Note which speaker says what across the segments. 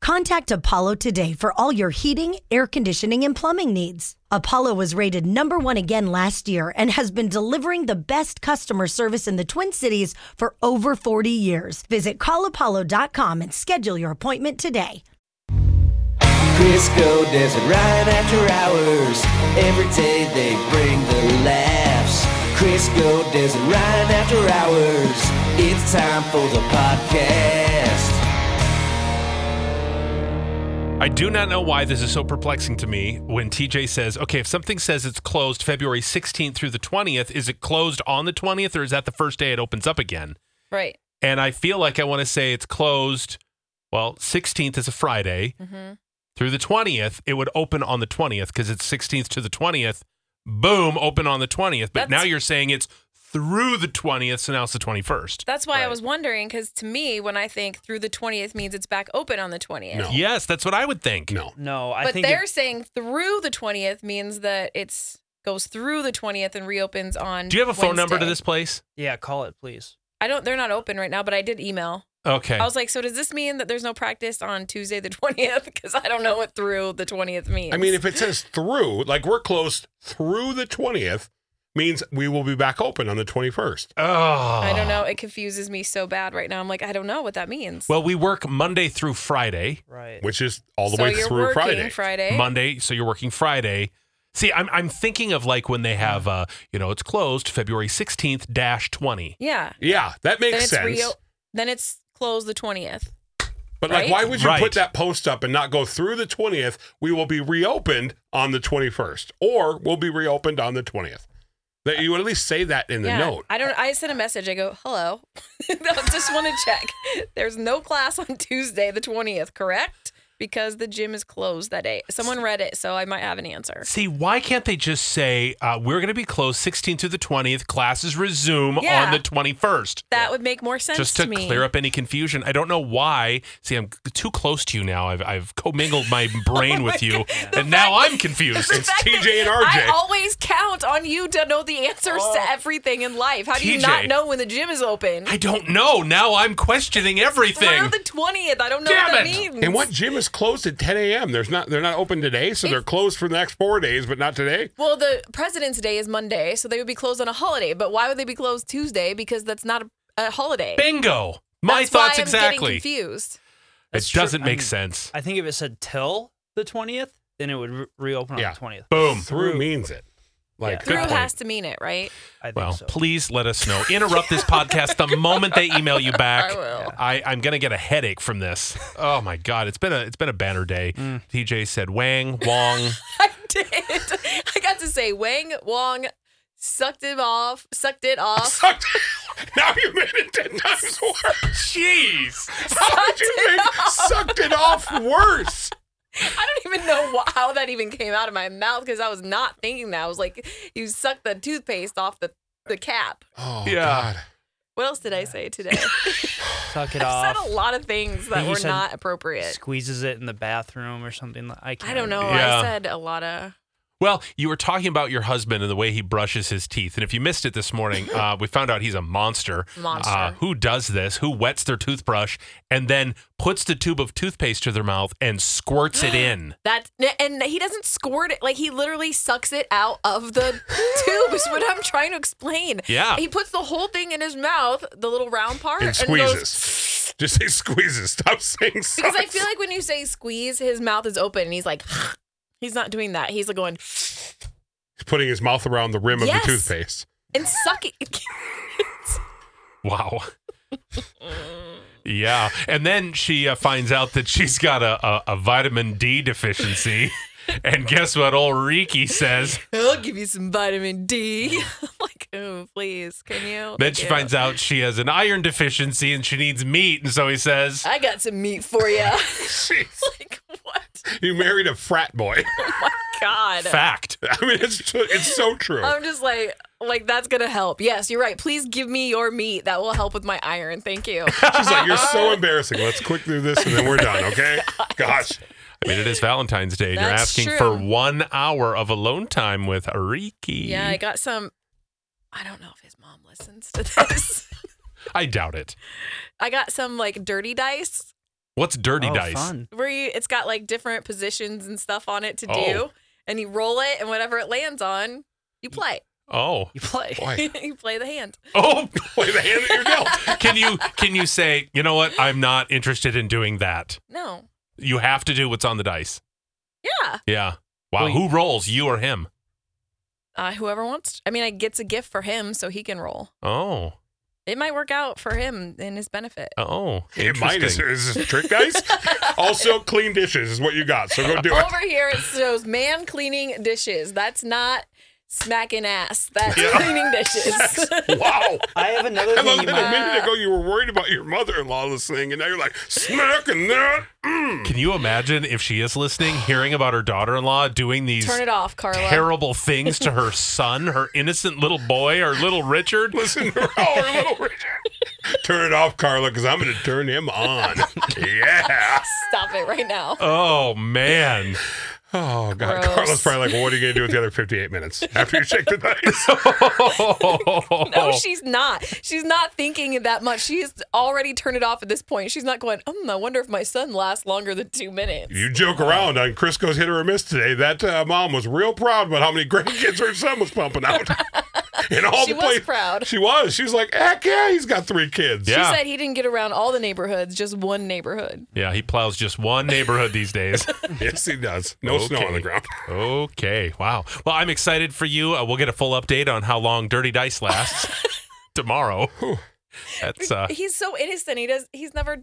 Speaker 1: Contact Apollo today for all your heating, air conditioning, and plumbing needs. Apollo was rated number one again last year and has been delivering the best customer service in the Twin Cities for over 40 years. Visit callapollo.com and schedule your appointment today.
Speaker 2: Crisco does it right after hours. Every day they bring the laughs. Crisco does it right after hours. It's time for the podcast.
Speaker 3: I do not know why this is so perplexing to me when TJ says, okay, if something says it's closed February 16th through the 20th, is it closed on the 20th or is that the first day it opens up again?
Speaker 4: Right.
Speaker 3: And I feel like I want to say it's closed, well, 16th is a Friday
Speaker 4: Mm-hmm.
Speaker 3: through the 20th. It would open on the 20th because it's 16th to the 20th. Boom, open on the 20th. But
Speaker 4: That's-
Speaker 3: now you're saying it's through the 20th, so now it's the 21st.
Speaker 4: That's why I
Speaker 3: Right.
Speaker 4: was wondering because to me, when I think through the 20th means it's back open on the 20th.
Speaker 5: No.
Speaker 3: Yes, that's what I would think.
Speaker 5: No, no, I
Speaker 4: but
Speaker 5: think
Speaker 4: they're
Speaker 5: it,
Speaker 4: saying through the 20th means that it's goes through the 20th and reopens on
Speaker 3: Do you have a phone number to
Speaker 4: Wednesday.
Speaker 3: this place?
Speaker 5: yeah, call it please.
Speaker 4: I don't they're not open right now, but I did email.
Speaker 3: Okay.
Speaker 4: I was like, so does this mean that there's no practice on Tuesday the 20th cuz I don't know what through the 20th means.
Speaker 6: I mean, if it says through, like we're closed through the 20th, means we will be back open on the 21st.
Speaker 3: oh.
Speaker 4: I don't know, it confuses me so bad right now. I'm like, I don't know what that means.
Speaker 3: Well, we work Monday through Friday.
Speaker 5: Right.
Speaker 6: Which is all the
Speaker 4: so
Speaker 6: way
Speaker 4: you're
Speaker 6: through
Speaker 4: working
Speaker 6: Friday.
Speaker 4: Friday.
Speaker 3: Monday, so you're working Friday. See, I'm I'm thinking of like when they have uh, you know, it's closed February 16th dash 20.
Speaker 4: yeah.
Speaker 6: Yeah, that
Speaker 4: then
Speaker 6: makes
Speaker 4: it's
Speaker 6: sense.
Speaker 4: reo- then it's closed the 20th.
Speaker 6: but
Speaker 4: right?
Speaker 6: like, why would you
Speaker 3: Right.
Speaker 6: put that post up and not go through the 20th? We will be reopened on the 21st, or we'll be reopened on the 20th. That you would at least say that in the note.
Speaker 4: I don't. I sent a message. I go, hello. I just want to check. There's no class on Tuesday, the 20th, correct? Because the gym is closed that day. Someone read it, so I might have an answer.
Speaker 3: See, why can't they just say uh, we're going to be closed 16th through the 20th? Classes resume on
Speaker 4: Yeah.
Speaker 3: the 21st.
Speaker 4: That would make more sense
Speaker 3: just to
Speaker 4: me.
Speaker 3: clear up any confusion. I don't know why. See, I'm too close to you now. I've I've commingled my
Speaker 4: Oh
Speaker 3: brain with you, and now I'm confused.
Speaker 4: The
Speaker 6: It's
Speaker 4: fact
Speaker 6: TJ
Speaker 4: that
Speaker 6: and RJ.
Speaker 4: I always count on you to know the answers to everything in life. How do you
Speaker 3: TJ.
Speaker 4: not know when the gym is open?
Speaker 3: Oh. I don't know. Now I'm questioning
Speaker 4: Through
Speaker 3: everything.
Speaker 4: the 20th. I don't know
Speaker 3: Damn
Speaker 4: what that
Speaker 3: it.
Speaker 4: means.
Speaker 6: And what gym is closed at 10 a.m.? There's not. They're not open today, so they're closed for the next four days, but not today.
Speaker 4: Well, the President's Day is Monday, so they would be closed on a holiday. But why would they be closed Tuesday? Because that's not a, a holiday.
Speaker 3: Bingo. My
Speaker 4: That's
Speaker 3: thoughts
Speaker 4: why I'm getting
Speaker 3: exactly.
Speaker 4: confused.
Speaker 3: It
Speaker 5: That's true.
Speaker 3: doesn't
Speaker 5: I
Speaker 3: make
Speaker 5: mean,
Speaker 3: sense.
Speaker 5: I think if it said till the twentieth, then it would re- reopen
Speaker 6: Yeah.
Speaker 5: on the twentieth.
Speaker 3: Boom.
Speaker 6: Through means it. Like
Speaker 5: Yeah.
Speaker 4: Through
Speaker 3: Good point.
Speaker 4: has to mean it, right?
Speaker 5: I think
Speaker 3: Well,
Speaker 5: so.
Speaker 3: please let us know. Interrupt this podcast the moment they email you back.
Speaker 4: I will.
Speaker 3: I, am gonna get a headache from this. Oh my god, it's been a it's been a banner day. TJ said Wang Wong.
Speaker 4: I did. I got to say Wang Wong sucked him off, sucked it off.
Speaker 6: now you made it ten times worse.
Speaker 3: Jeez.
Speaker 6: How did you make sucked it off worse?
Speaker 4: I don't even know wh- how that even came out of my mouth because I was not thinking that. I was like, you sucked the toothpaste off the, the cap.
Speaker 6: Oh
Speaker 3: Yeah.
Speaker 6: God.
Speaker 4: What else did I say today?
Speaker 5: Suck it
Speaker 4: I
Speaker 5: off.
Speaker 4: said a lot of things that
Speaker 5: You
Speaker 4: were
Speaker 5: said
Speaker 4: not appropriate.
Speaker 5: Squeezes it in the bathroom or something. like- I can't.
Speaker 4: I don't know.
Speaker 3: Yeah.
Speaker 4: I said a lot of.
Speaker 3: Well, you were talking about your husband and the way he brushes his teeth. And if you missed it this morning, uh, we found out he's a monster.
Speaker 4: Monster.
Speaker 3: Uh, who does this? Who wets their toothbrush and then puts the tube of toothpaste to their mouth and squirts it in?
Speaker 4: That and he doesn't squirt it like he literally sucks it out of the tube. Is what I'm trying to explain.
Speaker 3: Yeah.
Speaker 4: he puts the whole thing in his mouth, the little round part,
Speaker 6: And
Speaker 4: goes-
Speaker 6: squeezes. Just say squeezes. Stop saying sucks.
Speaker 4: because I feel like when you say squeeze, his mouth is open and he's like, he's not doing that. He's like going
Speaker 6: He's putting his mouth around the rim
Speaker 4: Yes.
Speaker 6: of the toothpaste.
Speaker 4: and sucking.
Speaker 3: Wow. yeah. And then she uh, finds out that she's got a, a, a vitamin D deficiency. and guess what old Riki says?
Speaker 4: I'll give you some vitamin D. I'm like, oh please, can you?
Speaker 3: Then she
Speaker 4: Ew.
Speaker 3: finds out she has an iron deficiency and she needs meat. And so he says,
Speaker 4: I got some meat for you.
Speaker 6: Jeez.
Speaker 4: like what?
Speaker 6: You married a frat boy.
Speaker 4: Oh my god.
Speaker 3: fact.
Speaker 6: I mean, it's tr- it's so true.
Speaker 4: I'm just like, like that's gonna help. Yes, you're right. Please give me your meat. That will help with my iron. Thank you.
Speaker 6: She's like, you're so embarrassing. Let's quick through this and then we're done, okay? Gosh.
Speaker 3: I mean, it is Valentine's Day. And you're
Speaker 4: That's
Speaker 3: asking
Speaker 4: true.
Speaker 3: for one hour of alone time with Riki.
Speaker 4: yeah, I got some. I don't know if his mom listens to this.
Speaker 3: I doubt it.
Speaker 4: I got some like dirty dice
Speaker 3: What's dirty
Speaker 5: oh,
Speaker 3: dice?
Speaker 5: Fun.
Speaker 4: where you it's got like different positions and stuff on it to
Speaker 3: Oh.
Speaker 4: do, and you roll it, and whatever it lands on, you play.
Speaker 3: Oh,
Speaker 5: You play.
Speaker 6: Boy,
Speaker 4: you play the hand.
Speaker 3: oh.
Speaker 6: play the hand that you're dealt.
Speaker 3: Can you can you say you know what? I'm not interested in doing that.
Speaker 4: No,
Speaker 3: You have to do what's on the dice.
Speaker 4: yeah,
Speaker 3: Yeah. Wow.
Speaker 5: Well,
Speaker 3: Who rolls? You or him?
Speaker 4: uh, whoever wants. I mean, I gets a gift for him, so he can roll.
Speaker 3: Oh.
Speaker 4: It might work out for him in his benefit.
Speaker 3: Oh.
Speaker 6: It might is,
Speaker 3: Interesting.
Speaker 6: is this trick dice. also, clean dishes is what you got. So go do it.
Speaker 4: Over here, it shows man cleaning dishes. That's not smacking ass. That's
Speaker 6: Yeah.
Speaker 4: cleaning dishes.
Speaker 6: Wow.
Speaker 5: I have another
Speaker 6: I
Speaker 5: thing.
Speaker 6: love
Speaker 5: you
Speaker 6: that
Speaker 5: might-
Speaker 6: a minute ago you were worried about your mother-in-law listening, and now you're like smacking that. Mm.
Speaker 3: Can you imagine if she is listening, hearing about her daughter-in-law doing these
Speaker 4: Turn it off, Carla.
Speaker 3: terrible things to her son, her innocent little boy, or little Richard?
Speaker 6: Listen to our little Richard. Turn it off, Carla, because I'm going to turn him on. Yeah.
Speaker 4: Stop it right now.
Speaker 3: Oh man.
Speaker 6: Oh God,
Speaker 4: Gross.
Speaker 6: Carla's probably like, well, what are you going to do with the other 58 minutes after you shake the dice?
Speaker 4: No,
Speaker 3: Oh.
Speaker 4: she's not. She's not thinking that much. She's already turned it off at this point. She's not going, um, I wonder if my son lasts longer than two minutes.
Speaker 6: You joke around on Crisco's hit or miss today. That uh, mom was real proud about how many grandkids her son was pumping out. In all
Speaker 4: She
Speaker 6: the
Speaker 4: was
Speaker 6: place.
Speaker 4: proud.
Speaker 6: She was. She was like, heck yeah, he's got three kids.
Speaker 3: Yeah.
Speaker 4: She said he didn't get around all the neighborhoods, just one neighborhood.
Speaker 3: yeah, he plows just one neighborhood these days.
Speaker 6: Yes, he does. No snow on the
Speaker 3: Okay.
Speaker 6: ground.
Speaker 3: Okay. Wow. Well, I'm excited for you. Uh, we'll get a full update on how long Dirty Dice lasts tomorrow. That's uh
Speaker 4: He's so innocent. He does. He's never,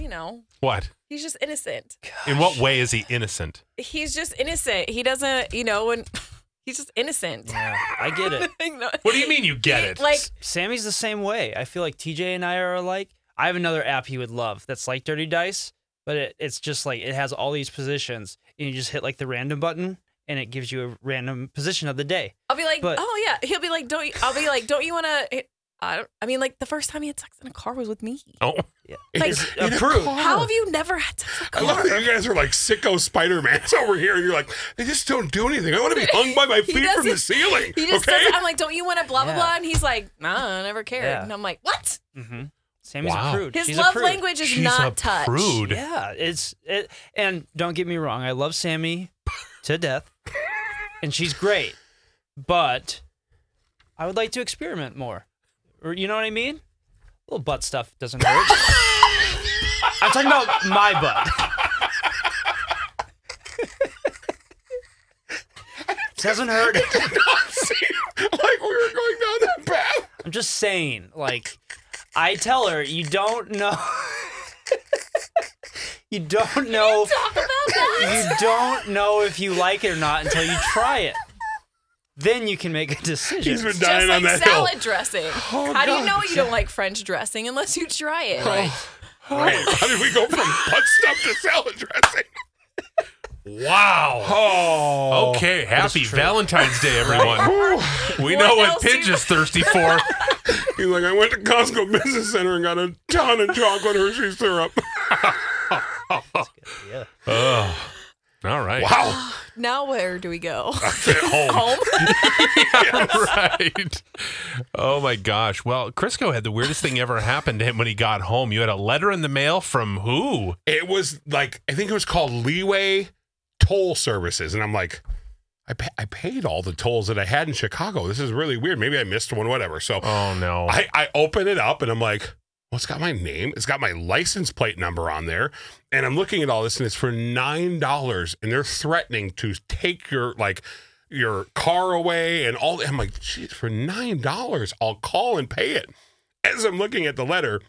Speaker 4: you know,
Speaker 3: what?
Speaker 4: he's just innocent.
Speaker 3: In what way is he innocent?
Speaker 4: He's just innocent. He doesn't, you know, and he's just innocent.
Speaker 5: Yeah, I get it.
Speaker 4: You know?
Speaker 3: What do you mean you get it?
Speaker 4: Like,
Speaker 5: Sammy's the same way. I feel like TJ and I are alike. I have another app he would love that's like Dirty Dice, but it, it's just like it has all these positions, and you just hit like the random button, and it gives you a random position of the day.
Speaker 4: I'll be like,
Speaker 5: But-
Speaker 4: oh yeah. He'll be like, don't you? I'll be like, don't you want to? I don't. I mean, like the first time he had sex in a car was with me.
Speaker 3: oh.
Speaker 4: Like,
Speaker 6: In a
Speaker 5: approved.
Speaker 6: car.
Speaker 4: how have you never had sex in a
Speaker 6: I
Speaker 4: car?
Speaker 6: love that you guys are like sicko Spider Mans over here, and you're like, they just don't do anything. I want to be hung by my
Speaker 4: He
Speaker 6: feet from the
Speaker 4: doesn't-
Speaker 6: ceiling.
Speaker 4: He just
Speaker 6: okay,
Speaker 4: says, I'm like, don't you want to blah, blah,
Speaker 5: Yeah.
Speaker 4: blah? And he's like, nah, I never cared.
Speaker 5: Yeah.
Speaker 4: And I'm like, what?
Speaker 5: Mm-hmm. Sammy's
Speaker 3: Wow.
Speaker 5: a prude.
Speaker 4: His
Speaker 5: She's a
Speaker 4: love
Speaker 5: prude.
Speaker 4: language is
Speaker 3: She's
Speaker 4: not
Speaker 3: a
Speaker 4: touch.
Speaker 3: prude.
Speaker 5: Yeah, it's it, and don't get me wrong, I love Sammy to death, and she's great, but I would like to experiment more. Or you know what I mean? Little butt stuff doesn't hurt. I'm talking about my butt. doesn't hurt.
Speaker 6: like we were going down that path.
Speaker 5: I'm just saying, like, I tell her you don't know. you don't know.
Speaker 4: Talk about that.
Speaker 5: you don't know if you like it or not until you try it. Then you can make a decision.
Speaker 6: He's been
Speaker 4: Just
Speaker 6: dying on
Speaker 4: like
Speaker 6: that hill.
Speaker 4: salad dressing. How do you know you don't like French dressing unless you try it?
Speaker 6: Right. How did we go from butt stuff to salad dressing?
Speaker 3: Wow.
Speaker 6: Oh.
Speaker 3: Okay, happy Valentine's Day, everyone. We know
Speaker 4: What
Speaker 3: what
Speaker 4: else do
Speaker 3: Pidge
Speaker 4: you-
Speaker 3: is thirsty for.
Speaker 6: He's like, I went to Costco Business Center and got a ton of chocolate Hershey syrup.
Speaker 5: Yeah.
Speaker 3: Oh. All right.
Speaker 6: Wow.
Speaker 4: Now where do we go? Home?
Speaker 6: home.
Speaker 3: right. Oh my gosh. Well, Crisco had the weirdest thing ever happen to him when he got home. You had a letter in the mail from who?
Speaker 6: It was like, I think it was called Leeway Toll Services. And I'm like, I, pa- I paid all the tolls that I had in Chicago. This is really weird. Maybe I missed one, whatever. So
Speaker 3: Oh no.
Speaker 6: I, I open it up and I'm like, well, it's got my name. It's got my license plate number on there. And I'm looking at all this and it's for $9. And they're threatening to take your, like, your car away and all. I'm like, geez, for $9, I'll call and pay it. As I'm looking at the letter,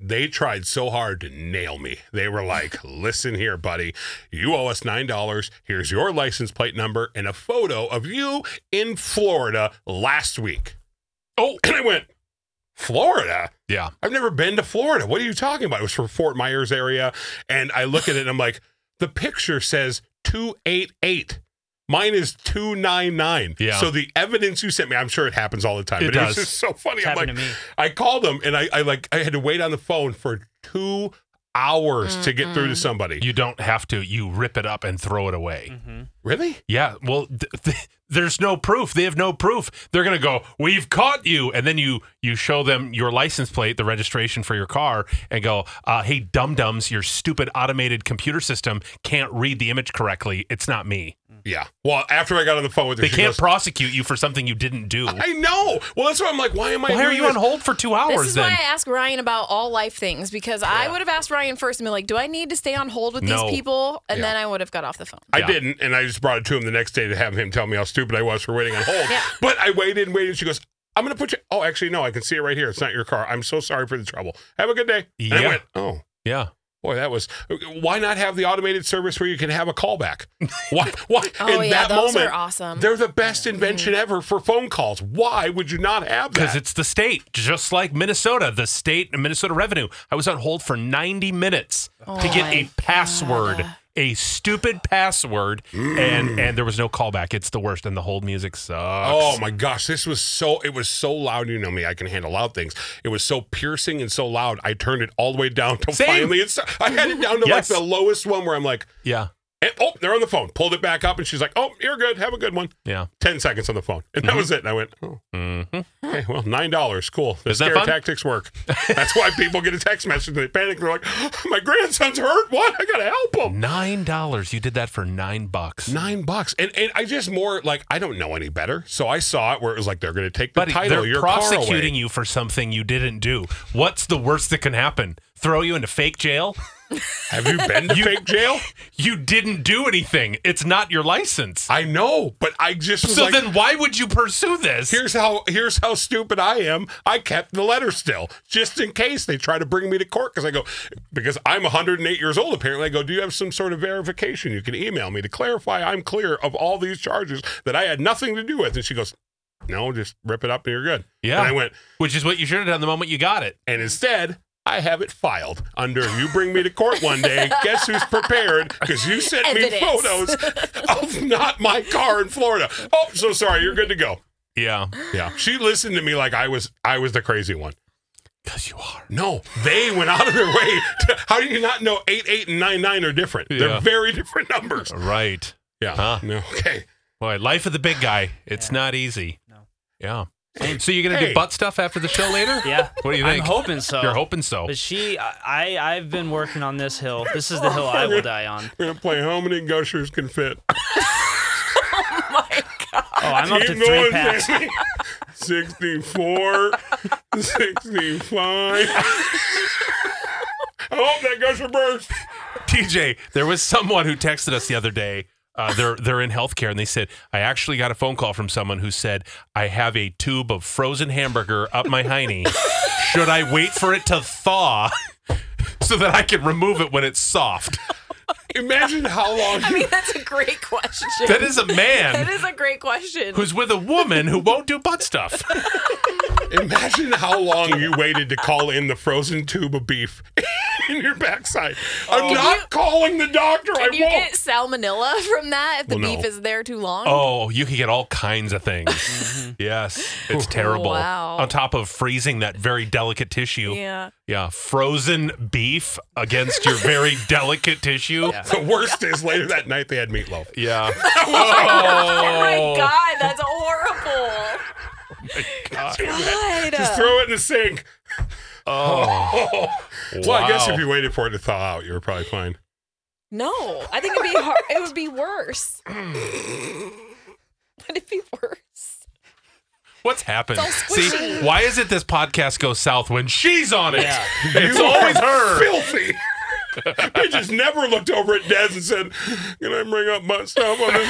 Speaker 6: they tried so hard to nail me. They were like, listen here, buddy, you owe us $9. Here's your license plate number and a photo of you in Florida last week. Oh, and I went, Florida?
Speaker 3: yeah.
Speaker 6: I've never been to Florida. What are you talking about? It was from Fort Myers area. And I look at it and I'm like, the picture says 288. Mine is 299.
Speaker 3: Yeah.
Speaker 6: So the evidence you sent me, I'm sure it happens all the time.
Speaker 3: It
Speaker 6: but
Speaker 3: does.
Speaker 6: was just so funny.
Speaker 5: It's
Speaker 6: I'm like,
Speaker 5: happened to me.
Speaker 6: I called them and I, I like I had to wait on the phone for two hours to get through to somebody.
Speaker 3: You don't have to. You rip it up and throw it away.
Speaker 5: Mm-hmm.
Speaker 6: Really?
Speaker 3: Yeah. Well, th- th- there's no proof. They have no proof. They're gonna go, "We've caught you," and then you you show them your license plate, the registration for your car, and go, uh, "Hey, dum dums, your stupid automated computer system can't read the image correctly. It's not me.
Speaker 6: Yeah. Well, after I got on the phone with her,
Speaker 3: They
Speaker 6: she
Speaker 3: can't
Speaker 6: goes,
Speaker 3: prosecute you for something you didn't do.
Speaker 6: I know. Well, that's why I'm like, why am I?
Speaker 3: Why are
Speaker 6: doing
Speaker 3: you on
Speaker 6: this?
Speaker 3: hold for two
Speaker 4: This
Speaker 3: hours
Speaker 4: is
Speaker 3: then?
Speaker 4: why I ask Ryan about all life things because I would have asked Ryan first and been like, "Do I need to stay on hold with
Speaker 3: No.
Speaker 4: these people?" And
Speaker 6: Yeah.
Speaker 4: then I would have got off the phone.
Speaker 6: I
Speaker 3: Yeah.
Speaker 6: didn't, and I just brought it to him the next day to have him tell me how stupid I was for waiting on hold. But I waited and waited. And she goes, "I'm going to put you." Oh, actually, no, I can see it right here. It's not your car. I'm so sorry for the trouble. Have a good day. And I
Speaker 3: Yeah.
Speaker 6: went, "Oh,
Speaker 3: yeah.
Speaker 6: boy, that was." Why not have the automated service where you can have a callback? Why? Why?
Speaker 4: Oh
Speaker 6: in
Speaker 4: yeah,
Speaker 6: that
Speaker 4: those
Speaker 6: moment,
Speaker 4: are awesome. Mm-hmm.
Speaker 6: they're the best invention ever for phone calls. Why would you not have
Speaker 3: Because
Speaker 6: that?
Speaker 3: it's the state, just like Minnesota, the state and Minnesota revenue. I was on hold for 90 minutes to
Speaker 4: Oh
Speaker 3: get
Speaker 4: my
Speaker 3: a password, a stupid password, and and there was no callback. It's the worst, and the hold music sucks.
Speaker 6: Oh my gosh, this was so it was so loud. You know me, I can handle loud things. It was so piercing and so loud. I turned it all the way down to
Speaker 3: Same.
Speaker 6: finally it's I had it down to
Speaker 3: Yes.
Speaker 6: like the lowest one where I'm like,
Speaker 3: Yeah,
Speaker 6: eh, oh, they're on the phone. Pulled it back up and she's like, "Oh, you're good. Have a good one."
Speaker 3: yeah.
Speaker 6: 10 seconds on the phone. And that was it. And I went, "Oh,
Speaker 3: Mm-hmm.
Speaker 6: okay, well, $9. Cool. The
Speaker 3: Isn't that
Speaker 6: scare
Speaker 3: fun?
Speaker 6: tactics work." That's why people get a text message and they panic. They're like, "My grandson's hurt. What? I got to help him."
Speaker 3: Nine dollars. You did that for nine bucks.
Speaker 6: Nine bucks, and and I just more like I don't know any better, so I saw it where it was like they're going to take the
Speaker 3: Buddy,
Speaker 6: title.
Speaker 3: they're
Speaker 6: your car away.
Speaker 3: prosecuting you for something you didn't do. What's the worst that can happen? Throw you into fake jail?
Speaker 6: Have you been to fake jail?
Speaker 3: You didn't do anything. It's not your license.
Speaker 6: I know, but I just was
Speaker 3: so
Speaker 6: like,
Speaker 3: then why would you pursue this?
Speaker 6: here's how here's how stupid I am. I kept the letter still, just in case they try to bring me to court. Because I go, because I'm 108 years old. Apparently, I go, do you have some sort of verification? You can email me to clarify I'm clear of all these charges that I had nothing to do with. And she goes, no, just rip it up and you're good.
Speaker 3: Yeah.
Speaker 6: And I went,
Speaker 3: Which is what you should have done the moment you got it.
Speaker 6: and instead. I have it filed under you bring me to court one day. Guess who's prepared? Because you sent me
Speaker 4: Evidence.
Speaker 6: photos of not my car in Florida. Oh, so sorry. You're good to go.
Speaker 3: Yeah.
Speaker 6: Yeah. She listened to me like I was I was the crazy one.
Speaker 3: Because you are.
Speaker 6: No, they went out of their way. To, how do you not know 8, 8, and 9, 9 are different?
Speaker 3: Yeah.
Speaker 6: They're very different numbers.
Speaker 3: Right.
Speaker 6: Yeah.
Speaker 3: Huh.
Speaker 6: No, okay.
Speaker 3: Boy, life of the big guy. It's not easy.
Speaker 5: No.
Speaker 3: Yeah. So you're gonna
Speaker 6: Hey.
Speaker 3: do butt stuff after the show later?
Speaker 5: Yeah.
Speaker 3: What do you
Speaker 5: I'm
Speaker 3: think?
Speaker 5: hoping so.
Speaker 3: You're hoping so.
Speaker 5: But she, I, I- I've been working on this hill. This is the hill I will die on.
Speaker 6: We're going to play how many gushers can fit.
Speaker 5: Oh, I'm up to
Speaker 6: Keep
Speaker 5: three
Speaker 6: going,
Speaker 5: packs.
Speaker 6: Jamie. 64, 65. I hope that gusher burst.
Speaker 3: TJ, there was someone who texted us the other day. Uh, they're they're in healthcare, and they said I actually got a phone call from someone who said I have a tube of frozen hamburger up my hiney. Should I wait for it to thaw so that I can remove it when it's soft?
Speaker 6: Imagine how long.
Speaker 4: I mean, that's a great question.
Speaker 3: That is a
Speaker 4: That
Speaker 3: man
Speaker 4: is a great question.
Speaker 3: who's with a woman who won't do butt stuff.
Speaker 6: Imagine how long you waited to call in the frozen tube of beef in your backside. I'm not calling the doctor. I
Speaker 4: Can
Speaker 6: won't.
Speaker 4: you get salmonella from that if the
Speaker 6: Well, no.
Speaker 4: beef is there too long?
Speaker 3: Oh, you can get all kinds of things. Yes, it's terrible.
Speaker 4: Wow.
Speaker 3: On top of freezing that very delicate tissue.
Speaker 4: Yeah.
Speaker 3: Yeah, frozen beef against your very delicate tissue. Yeah.
Speaker 6: the worst is later that night they had meatloaf.
Speaker 4: Oh my
Speaker 3: oh,
Speaker 4: god, that's horrible. God.
Speaker 6: Just throw it in the sink. Oh. Well, I guess
Speaker 3: Wow.
Speaker 6: if you waited for it to thaw out, you were probably fine.
Speaker 4: No, I think it'd be hard. It would be worse. Would it be worse?
Speaker 3: What's happened?
Speaker 4: It's all
Speaker 3: See,
Speaker 4: squishy.
Speaker 3: why is it this podcast goes south when she's on it?
Speaker 5: Yeah.
Speaker 3: It's
Speaker 6: You
Speaker 3: always
Speaker 6: are
Speaker 3: her.
Speaker 6: Filthy. I just never looked over at Dez and said, "Can I bring up my stuff on this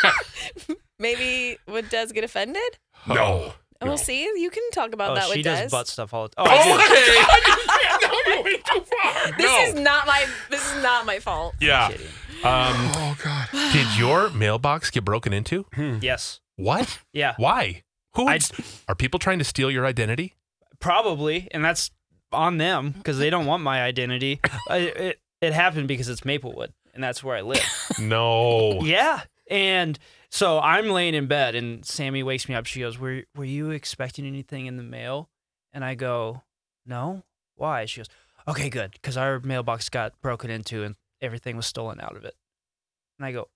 Speaker 6: podcast?"
Speaker 4: Maybe would Des get offended?
Speaker 6: no.
Speaker 4: And We'll see. You can talk about
Speaker 5: Oh,
Speaker 4: that
Speaker 5: she
Speaker 4: with
Speaker 5: does
Speaker 4: Des.
Speaker 5: butt stuff all the time. Oh, I do.
Speaker 4: this is not my. This is not my fault.
Speaker 3: Yeah. Um,
Speaker 6: Oh God.
Speaker 3: did your mailbox get broken into?
Speaker 5: Yes.
Speaker 3: What?
Speaker 5: Yeah.
Speaker 3: Why? Who
Speaker 5: I-
Speaker 3: would- are people trying to steal your identity?
Speaker 5: Probably, and that's on them because they don't want my identity. I, it, it happened because it's Maplewood, and that's where I live.
Speaker 3: No.
Speaker 5: yeah, and so I'm laying in bed, and Sammy wakes me up. She goes, "Were were you expecting anything in the mail?" And I go, "No. Why?" She goes, "Okay, good, because our mailbox got broken into and everything was stolen out of it." And I go,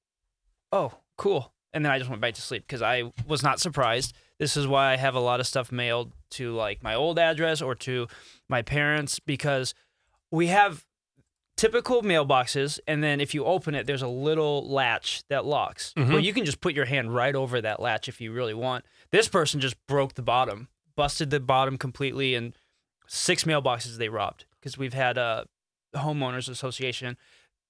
Speaker 5: oh, cool. And then I just went back to sleep because I was not surprised. This is why I have a lot of stuff mailed to like my old address or to my parents because we have typical mailboxes. And then if you open it, there's a little latch that locks.
Speaker 3: Mm-hmm.
Speaker 5: Well, you can just put your hand right over that latch if you really want. This person just broke the bottom, busted the bottom completely, and six mailboxes they robbed because we've had a homeowners association.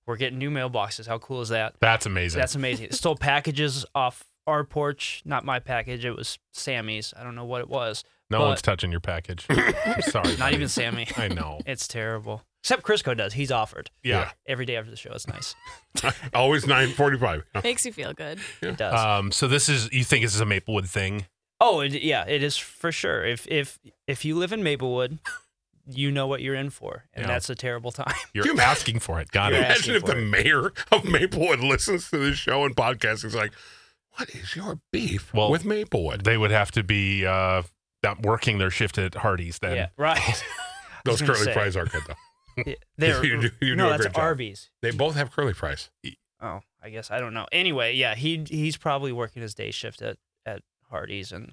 Speaker 5: We're getting new mailboxes. How cool is that?
Speaker 3: That's amazing.
Speaker 5: That's amazing. It stole packages off our porch, not my package. It was Sammy's. I don't know what it was.
Speaker 3: no
Speaker 5: but
Speaker 3: one's touching your package. I'm sorry.
Speaker 5: not
Speaker 3: buddy.
Speaker 5: even Sammy.
Speaker 3: I know.
Speaker 5: It's terrible. Except Crisco does. He's offered
Speaker 3: Yeah.
Speaker 5: every day after the show. It's nice.
Speaker 6: Always nine forty-five.
Speaker 4: Makes you feel good.
Speaker 5: It does.
Speaker 6: Uh,
Speaker 3: Um, so this is you think this is a Maplewood thing?
Speaker 5: oh, it, yeah, it is for sure. If if if you live in Maplewood, you know what you're in for, and
Speaker 3: Yeah.
Speaker 5: that's a terrible time.
Speaker 3: You're
Speaker 6: You-
Speaker 3: asking for it. Got
Speaker 6: Can you
Speaker 3: it.
Speaker 5: Yeah.
Speaker 6: imagine
Speaker 5: asking
Speaker 6: if
Speaker 5: for
Speaker 6: the mayor of Maplewood listens to this show and podcast? It's like, what is your beef
Speaker 3: Well,
Speaker 6: with Maplewood?
Speaker 3: They would have to be uh, not working their shift at Hardee's then.
Speaker 5: Yeah, right.
Speaker 6: Those
Speaker 5: gonna
Speaker 6: curly
Speaker 5: say.
Speaker 6: fries are good though.
Speaker 5: Yeah, They're,
Speaker 6: You do- you
Speaker 5: no,
Speaker 6: do a
Speaker 5: that's
Speaker 6: great job.
Speaker 5: Arby's.
Speaker 6: They both have curly fries.
Speaker 5: Oh, I guess I don't know. Anyway, yeah, he he's probably working his day shift at at Hardee's and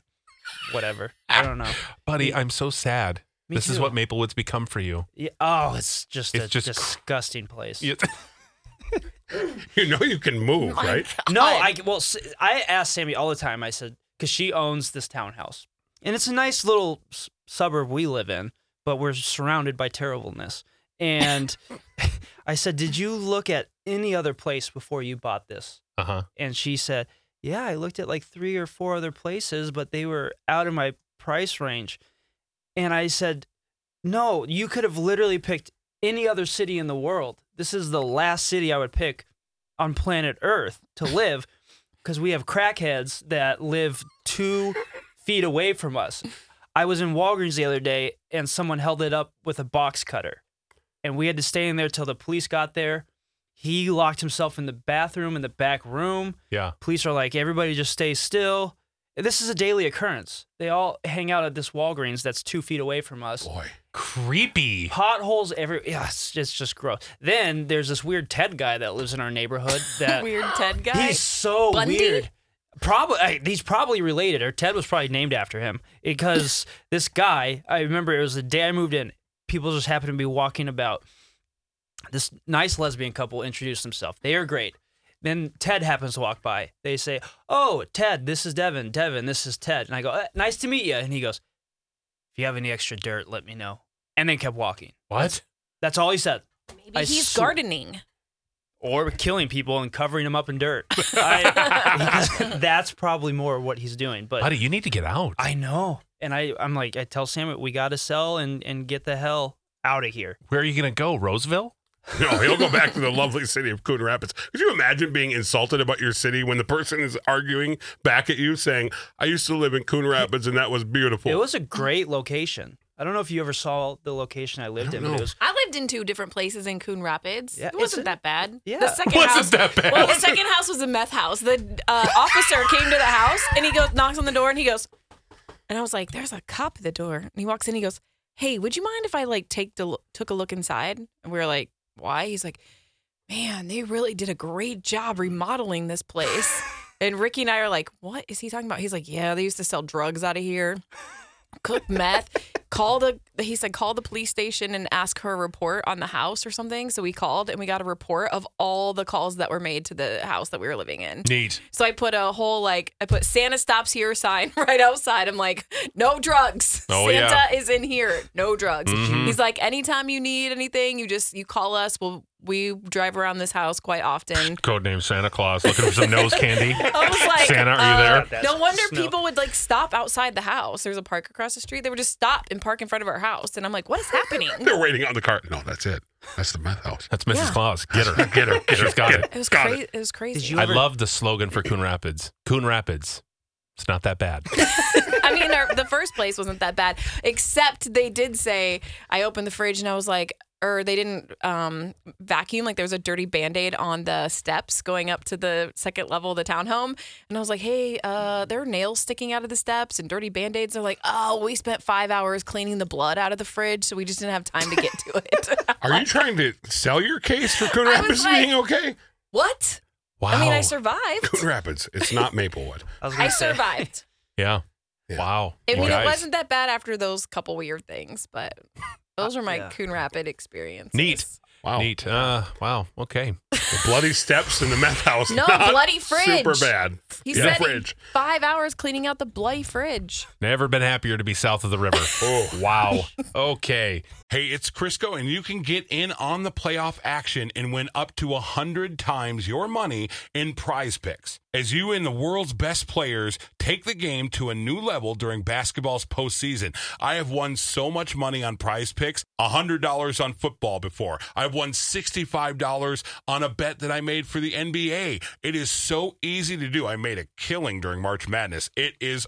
Speaker 5: whatever. I don't know.
Speaker 3: Buddy, I'm so sad.
Speaker 5: Me
Speaker 3: this is
Speaker 5: too.
Speaker 3: what Maplewood's become for you.
Speaker 5: Yeah, oh, it's just
Speaker 3: It's
Speaker 5: a
Speaker 3: just cr-
Speaker 5: disgusting place.
Speaker 3: You-
Speaker 6: You know you can move, right?
Speaker 5: No, I well, s- I asked Sammy all the time. I said because she owns this townhouse, and it's a nice little s- suburb we live in, but we're surrounded by terribleness. And I said, "Did you look at any other place before you bought this?"
Speaker 3: Uh-huh.
Speaker 5: And she said, "Yeah, I looked at like three or four other places, but they were out of my price range." And I said, "No, you could have literally picked any other city in the world. This is the last city I would pick on planet Earth to live because we have crackheads that live 2 feet away from us." I was in Walgreens the other day and someone held it up with a box cutter. And we had to stay in there till the police got there. He locked himself in the bathroom in the back room.
Speaker 3: Yeah.
Speaker 5: Police are like, everybody just stay still. This is a daily occurrence. They all hang out at this Walgreens that's two feet away from us.
Speaker 6: Boy,
Speaker 3: Creepy.
Speaker 5: Potholes every. Yeah, it's, it's just gross. Then there's this weird Ted guy that lives in our neighborhood that
Speaker 4: Weird Ted guy.
Speaker 5: Uh, He's so
Speaker 4: Bundy?
Speaker 5: weird. Probably hey, he's probably related, or Ted was probably named after him because this guy. I remember it was the day I moved in. People just happened to be walking about. This nice lesbian couple introduced themselves. They are great. Then Ted happens to walk by. They say, "Oh, Ted, this is Devin. Devin, this is Ted." And I go, "Eh, "Nice to meet you." And he goes, "If you have any extra dirt, let me know." And then kept walking.
Speaker 3: What?
Speaker 5: That's all he said.
Speaker 4: Maybe
Speaker 5: I
Speaker 4: he's
Speaker 5: sw-
Speaker 4: gardening.
Speaker 5: or killing people and covering them up in dirt. I, that's probably more what he's doing. But
Speaker 3: Buddy, you need to get out.
Speaker 5: I know, and I, I'm like, I tell Sam, we got to sell and and get the hell out of here.
Speaker 3: Where are you going to go? Roseville?
Speaker 6: no, Oh, he'll go back to the lovely city of Coon Rapids. Could you imagine being insulted about your city when the person is arguing back at you, saying, "I used to live in Coon Rapids and that was beautiful."
Speaker 5: It was a great location. I don't know if you ever saw the location I lived
Speaker 6: I
Speaker 5: in,
Speaker 6: don't
Speaker 5: but it
Speaker 6: know.
Speaker 5: was
Speaker 4: I lived in two different places in Coon Rapids.
Speaker 5: Yeah,
Speaker 4: it wasn't
Speaker 5: it's-
Speaker 4: that bad.
Speaker 5: yeah.
Speaker 4: The second
Speaker 3: Wasn't
Speaker 4: house,
Speaker 3: that bad.
Speaker 4: Well, the second house was a meth house. The uh, officer came to the house and he goes, knocks on the door and he goes, and I was like, "There's a cop at the door." And he walks in. He goes, "Hey, would you mind if I like take the lo- took a look inside?" And we were like, "Why?" He's like, "Man, they really did a great job remodeling this place." and Ricky and I are like, "What is he talking about?" He's like, "Yeah, they used to sell drugs out of here." cook meth. call the he said call the police station and ask her a report on the house or something. So we called and we got a report of all the calls that were made to the house that we were living in.
Speaker 3: Neat.
Speaker 4: So I put a whole like I put Santa stops here sign right outside. I'm like, no drugs.
Speaker 3: Oh,
Speaker 4: Santa
Speaker 3: yeah.
Speaker 4: is in here. No drugs.
Speaker 3: Mhm.
Speaker 4: He's like, anytime you need anything, you just you call us. Well, we drive around this house quite often.
Speaker 3: Codename Santa Claus. Looking for some nose candy.
Speaker 4: I was like,
Speaker 3: Santa, are you there?
Speaker 4: uh,
Speaker 5: That's
Speaker 4: No wonder
Speaker 5: snow.
Speaker 4: people would like stop outside the house. There's a park across the street. They would just stop and park in front of our house. And I'm like, what is happening?
Speaker 6: They're waiting on the cart. No, that's it. That's the meth house.
Speaker 3: That's Mrs.
Speaker 4: Yeah.
Speaker 3: Claus. Get her.
Speaker 6: Get her. Get her.
Speaker 3: She's got
Speaker 6: get
Speaker 3: it.
Speaker 4: It was
Speaker 6: Got
Speaker 4: crazy. It. was crazy.
Speaker 5: Did you-
Speaker 3: I
Speaker 5: ever-
Speaker 3: love the slogan for Coon Rapids. Coon Rapids. It's not that bad.
Speaker 4: I mean, our, the first place wasn't that bad, except they did say I opened the fridge and I was like, or they didn't um, vacuum. Like there was a dirty band aid on the steps going up to the second level of the townhome. And I was like, hey, uh, there are nails sticking out of the steps and dirty band aids. They're like, oh, we spent five hours cleaning the blood out of the fridge. So we just didn't have time to get to it.
Speaker 6: Are you trying to sell your case for Coon
Speaker 4: I was
Speaker 6: Rapids
Speaker 4: like-
Speaker 6: being okay?
Speaker 4: what?
Speaker 3: Wow.
Speaker 4: I mean, I survived.
Speaker 6: Coon Rapids. It's not Maplewood.
Speaker 5: I was gonna
Speaker 4: I
Speaker 5: say.
Speaker 4: survived.
Speaker 3: Yeah.
Speaker 6: Yeah.
Speaker 3: Wow.
Speaker 4: I mean,
Speaker 3: Guys.
Speaker 4: it wasn't that bad after those couple weird things, but those were my
Speaker 5: Yeah.
Speaker 4: Coon Rapid experiences.
Speaker 3: Neat.
Speaker 6: Wow.
Speaker 3: Neat. Uh, wow. Okay.
Speaker 6: The bloody steps in the meth house.
Speaker 4: No,
Speaker 6: not
Speaker 4: bloody fridge.
Speaker 6: Super bad.
Speaker 4: He
Speaker 6: Yeah.
Speaker 4: said he-
Speaker 6: fridge.
Speaker 4: five hours cleaning out the bloody fridge.
Speaker 3: Never been happier to be south of the river.
Speaker 6: Oh.
Speaker 3: Wow. Okay.
Speaker 6: Hey, it's Crisco, and you can get in on the playoff action and win up to 100 times your money in prize picks. As you and the world's best players take the game to a new level during basketball's postseason, I have won so much money on prize picks $100 on football before. I've won $65 on a bet that I made for the NBA. It is so easy to do. I made a killing during March Madness. It is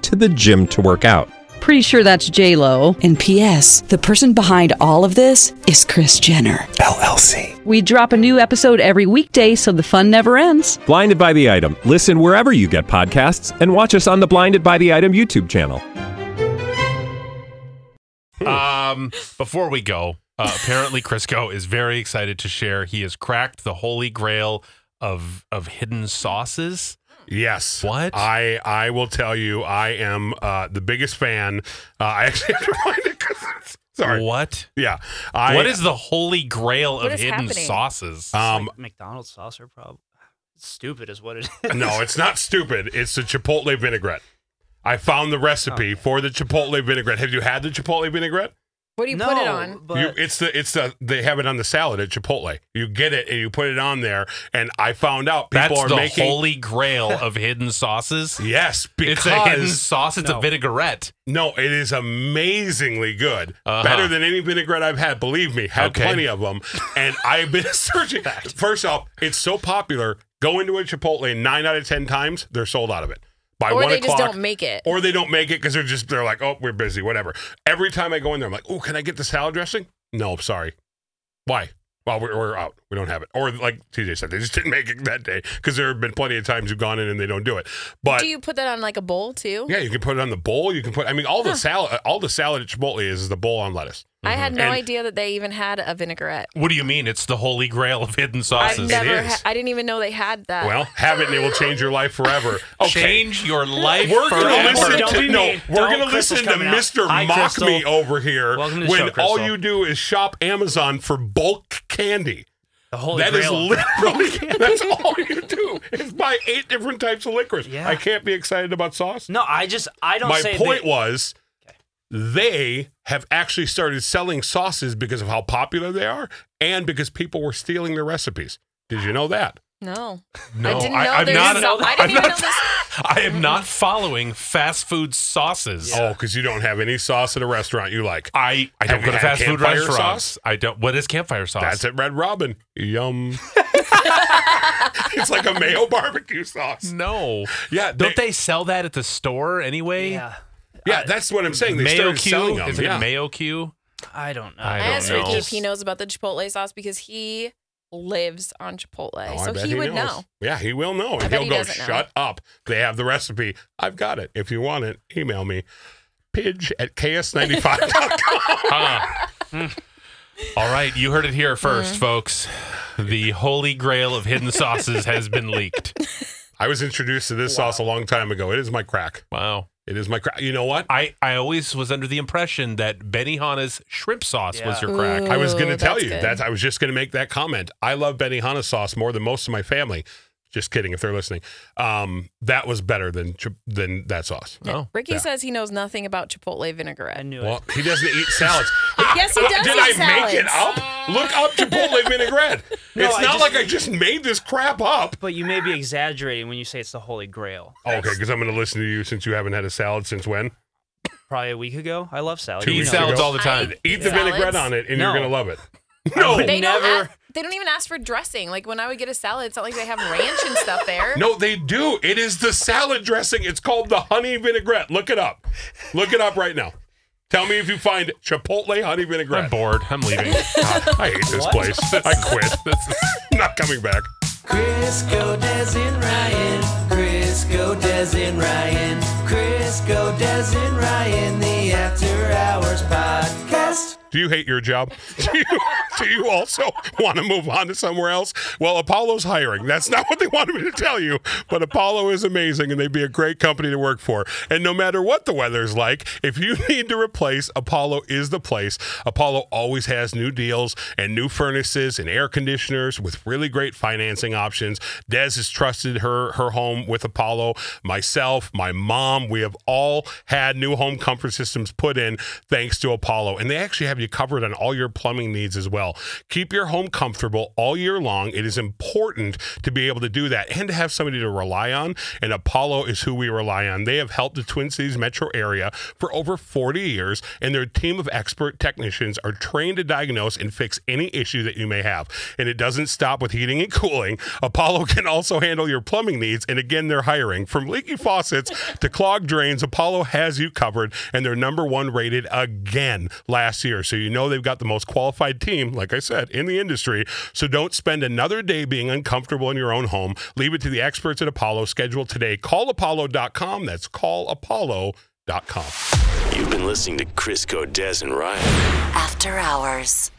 Speaker 7: to the gym to work out.
Speaker 8: Pretty sure that's J Lo.
Speaker 9: And P.S. The person behind all of this is Chris Jenner.
Speaker 7: LLC.
Speaker 8: We drop a new episode every weekday, so the fun never ends.
Speaker 7: Blinded by the item. Listen wherever you get podcasts, and watch us on the Blinded by the Item YouTube channel.
Speaker 3: Um, before we go, uh, apparently Crisco is very excited to share. He has cracked the holy grail of of hidden sauces.
Speaker 6: Yes.
Speaker 3: What?
Speaker 6: I I will tell you, I am uh, the biggest fan. Uh, I actually have to find it 'cause- Sorry.
Speaker 3: What?
Speaker 6: Yeah. I,
Speaker 3: what is the holy grail
Speaker 4: What
Speaker 3: of
Speaker 4: is
Speaker 3: hidden
Speaker 4: happening?
Speaker 3: sauces?
Speaker 5: It's
Speaker 6: Um,
Speaker 5: like McDonald's saucer problem. Stupid is what it is.
Speaker 6: no, it's not stupid. It's the chipotle vinaigrette. I found the recipe for the chipotle vinaigrette. Have you had the chipotle vinaigrette?
Speaker 4: What do you
Speaker 5: no,
Speaker 4: put it on?
Speaker 6: You,
Speaker 5: But
Speaker 6: it's the it's the they have it on the salad at Chipotle. You get it and you put it on there. And I found out people
Speaker 3: That's
Speaker 6: are
Speaker 3: the
Speaker 6: making
Speaker 3: holy grail of hidden sauces.
Speaker 6: yes because
Speaker 3: It's a hidden sauce. It's a
Speaker 5: No.
Speaker 3: vinaigrette.
Speaker 6: No, it is amazingly good.
Speaker 3: Uh-huh.
Speaker 6: Better than any vinaigrette I've had. Believe me, had
Speaker 3: Okay.
Speaker 6: plenty of them, and I've been searching. First off, it's so popular. Go into a Chipotle nine out of ten times they're sold out of it by
Speaker 4: Or
Speaker 6: one
Speaker 4: they just
Speaker 6: o'clock.
Speaker 4: don't make it.
Speaker 6: or they don't make it because they're just they're like, oh, we're busy, whatever. Every time I go in there, I'm like, oh, can I get the salad dressing? No, sorry. Why? Well, we're, we're out. We don't have it. Or like TJ said, they just didn't make it that day because there have been plenty of times you've gone in and they don't do it. But
Speaker 4: do you put that on like a bowl too?
Speaker 6: yeah, you can put it on the bowl. You can put. I mean, all the salad, all the salad at Chipotle is, is the bowl on lettuce. Mm-hmm.
Speaker 4: I had no
Speaker 6: And-
Speaker 4: idea that they even had a vinaigrette.
Speaker 3: What do you mean? It's the holy grail of hidden sauces.
Speaker 4: I've never.
Speaker 6: is.
Speaker 4: Ha- I didn't even know they had that.
Speaker 6: Well, have it and it will change your life forever. Okay.
Speaker 3: Change your life
Speaker 6: We're gonna
Speaker 3: forever.
Speaker 6: listen
Speaker 5: Don't
Speaker 6: to
Speaker 5: be
Speaker 6: no.
Speaker 5: mean.
Speaker 6: We're
Speaker 5: Don't.
Speaker 6: gonna listen
Speaker 5: Crystal's
Speaker 6: to
Speaker 5: coming out.
Speaker 6: Mister
Speaker 5: Hi,
Speaker 6: Mock
Speaker 5: Crystal.
Speaker 6: me over here
Speaker 5: Welcome to the
Speaker 6: when
Speaker 5: show,
Speaker 6: all
Speaker 5: Crystal.
Speaker 6: you do is shop Amazon for bulk candy.
Speaker 5: the holy
Speaker 6: That is
Speaker 5: grail of-
Speaker 6: literally that's all you do. It's buy eight different types of licorice.
Speaker 5: Yeah.
Speaker 6: I can't be excited about sauce.
Speaker 5: No, I just I don't
Speaker 6: My
Speaker 5: say
Speaker 6: point
Speaker 5: they-
Speaker 6: was they have actually started selling sauces because of how popular they are and because people were stealing their recipes. Did you know that?
Speaker 4: no,
Speaker 3: No,
Speaker 4: I didn't know
Speaker 3: I- I'm
Speaker 4: there's
Speaker 3: not-
Speaker 4: a sau- I
Speaker 3: I'm
Speaker 4: didn't even
Speaker 3: not-
Speaker 4: know this.
Speaker 3: I am not following fast food sauces.
Speaker 6: Oh, because you don't have any sauce at a restaurant you like.
Speaker 3: I, I don't
Speaker 6: Have
Speaker 3: go to
Speaker 6: you had
Speaker 3: fast food
Speaker 6: campfire
Speaker 3: restaurants.
Speaker 6: sauce?
Speaker 3: I don't. What is campfire sauce?
Speaker 6: That's at Red Robin. Yum. it's like a mayo barbecue sauce.
Speaker 3: No.
Speaker 6: Yeah,
Speaker 3: Mm. Don't they sell that at the store anyway?
Speaker 5: Yeah,
Speaker 6: Yeah, that's what I'm saying. They
Speaker 3: uh, Mayo
Speaker 6: started selling
Speaker 3: Q.
Speaker 6: them.
Speaker 3: Is it
Speaker 6: yeah.
Speaker 3: a Mayo Q?
Speaker 5: I don't know.
Speaker 3: I
Speaker 4: I,
Speaker 3: don't
Speaker 4: asked
Speaker 3: know.
Speaker 4: Ricky if he knows about the Chipotle sauce because he lives on Chipotle,
Speaker 6: Oh, I
Speaker 4: so
Speaker 6: bet
Speaker 4: he would
Speaker 6: knows.
Speaker 4: know.
Speaker 6: Yeah, he will know. And
Speaker 4: bet
Speaker 6: he'll
Speaker 4: he
Speaker 6: go,
Speaker 4: doesn't know.
Speaker 6: shut up. They have the recipe. I've got it. If you want it,
Speaker 3: Uh,
Speaker 6: email me. Pidge at ks95.com.
Speaker 3: Huh. All right, you heard it here
Speaker 4: Mm-hmm.
Speaker 3: first, folks. The holy grail of hidden sauces has been leaked.
Speaker 6: I was introduced to this sauce a long time ago. It is my crack.
Speaker 3: Wow.
Speaker 6: It is my crack. You know what?
Speaker 3: I, I always was under the impression that Benihana's shrimp sauce was
Speaker 5: Yeah.
Speaker 3: your crack.
Speaker 6: I was going to
Speaker 4: Ooh,
Speaker 6: tell
Speaker 4: that's
Speaker 6: you
Speaker 4: good.
Speaker 6: that I was just going to make that comment. I love Benihana sauce more than most of my family. Just kidding, if they're listening. Um, that was better than chi- than that sauce.
Speaker 3: Oh.
Speaker 4: Ricky
Speaker 6: Yeah.
Speaker 4: says he knows nothing about Chipotle vinaigrette.
Speaker 5: I knew it.
Speaker 6: Well, he doesn't eat salads.
Speaker 4: Yes, he does
Speaker 6: Did I
Speaker 4: eat
Speaker 6: make it up?
Speaker 4: salads.
Speaker 6: Look up Chipotle vinaigrette.
Speaker 5: No,
Speaker 6: it's
Speaker 5: I
Speaker 6: not
Speaker 5: just-
Speaker 6: like I just made this crap up.
Speaker 5: But you may be exaggerating when you say it's the Holy Grail.
Speaker 6: Oh, okay, because I'm going to listen to you since you haven't had a salad since when?
Speaker 5: Probably a week ago. I love salad.
Speaker 6: Two
Speaker 5: You
Speaker 3: He
Speaker 6: weeks
Speaker 3: eats
Speaker 5: know.
Speaker 3: salads
Speaker 6: ago.
Speaker 3: all the time.
Speaker 4: I-
Speaker 6: Eat the
Speaker 4: Salads.
Speaker 6: vinaigrette on it, and
Speaker 5: No.
Speaker 6: you're going to love it.
Speaker 5: I would
Speaker 4: They don't.
Speaker 5: never.
Speaker 4: Ask, they don't even ask for dressing. Like when I would get a salad, it's not like they have ranch and stuff there.
Speaker 6: No, they do. It is the salad dressing. It's called the honey vinaigrette. Look it up. Look it up right now. Tell me if you find Chipotle honey vinaigrette.
Speaker 3: I'm bored. I'm leaving.
Speaker 6: God, I hate this
Speaker 5: What?
Speaker 6: place. I quit. This is not coming back.
Speaker 2: Crisco Des and Ryan. Crisco Des and Ryan. Crisco Des and Ryan. The After Hours Podcast.
Speaker 6: Do you hate your job? Do you, do you also want to move on to somewhere else? Well, Apollo's hiring. That's not what they wanted me to tell you, but Apollo is amazing and they'd be a great company to work for. And no matter what the weather's like, if you need to replace, Apollo is the place. Apollo always has new deals and new furnaces and air conditioners with really great financing options. Des has trusted her her home with Apollo. Myself, my mom, we have all had new home comfort systems put in thanks to Apollo, and they actually have you covered on all your plumbing needs as well. Keep your home comfortable all year long. It is important to be able to do that and to have somebody to rely on. And Apollo is who we rely on. They have helped the Twin Cities metro area for over 40 years, and their team of expert technicians are trained to diagnose and fix any issue that you may have. And it doesn't stop with heating and cooling. Apollo can also handle your plumbing needs. And again, they're hiring from leaky faucets to clogged drains. Apollo has you covered, and they're number one rated again last year. So you know they've got the most qualified team, like I said, in the industry. So don't spend another day being uncomfortable in your own home. Leave it to the experts at Apollo. Schedule today. Call Apollo.com. That's callapollo.com.
Speaker 10: You've been listening to Chris Godez and Ryan.
Speaker 11: After Hours.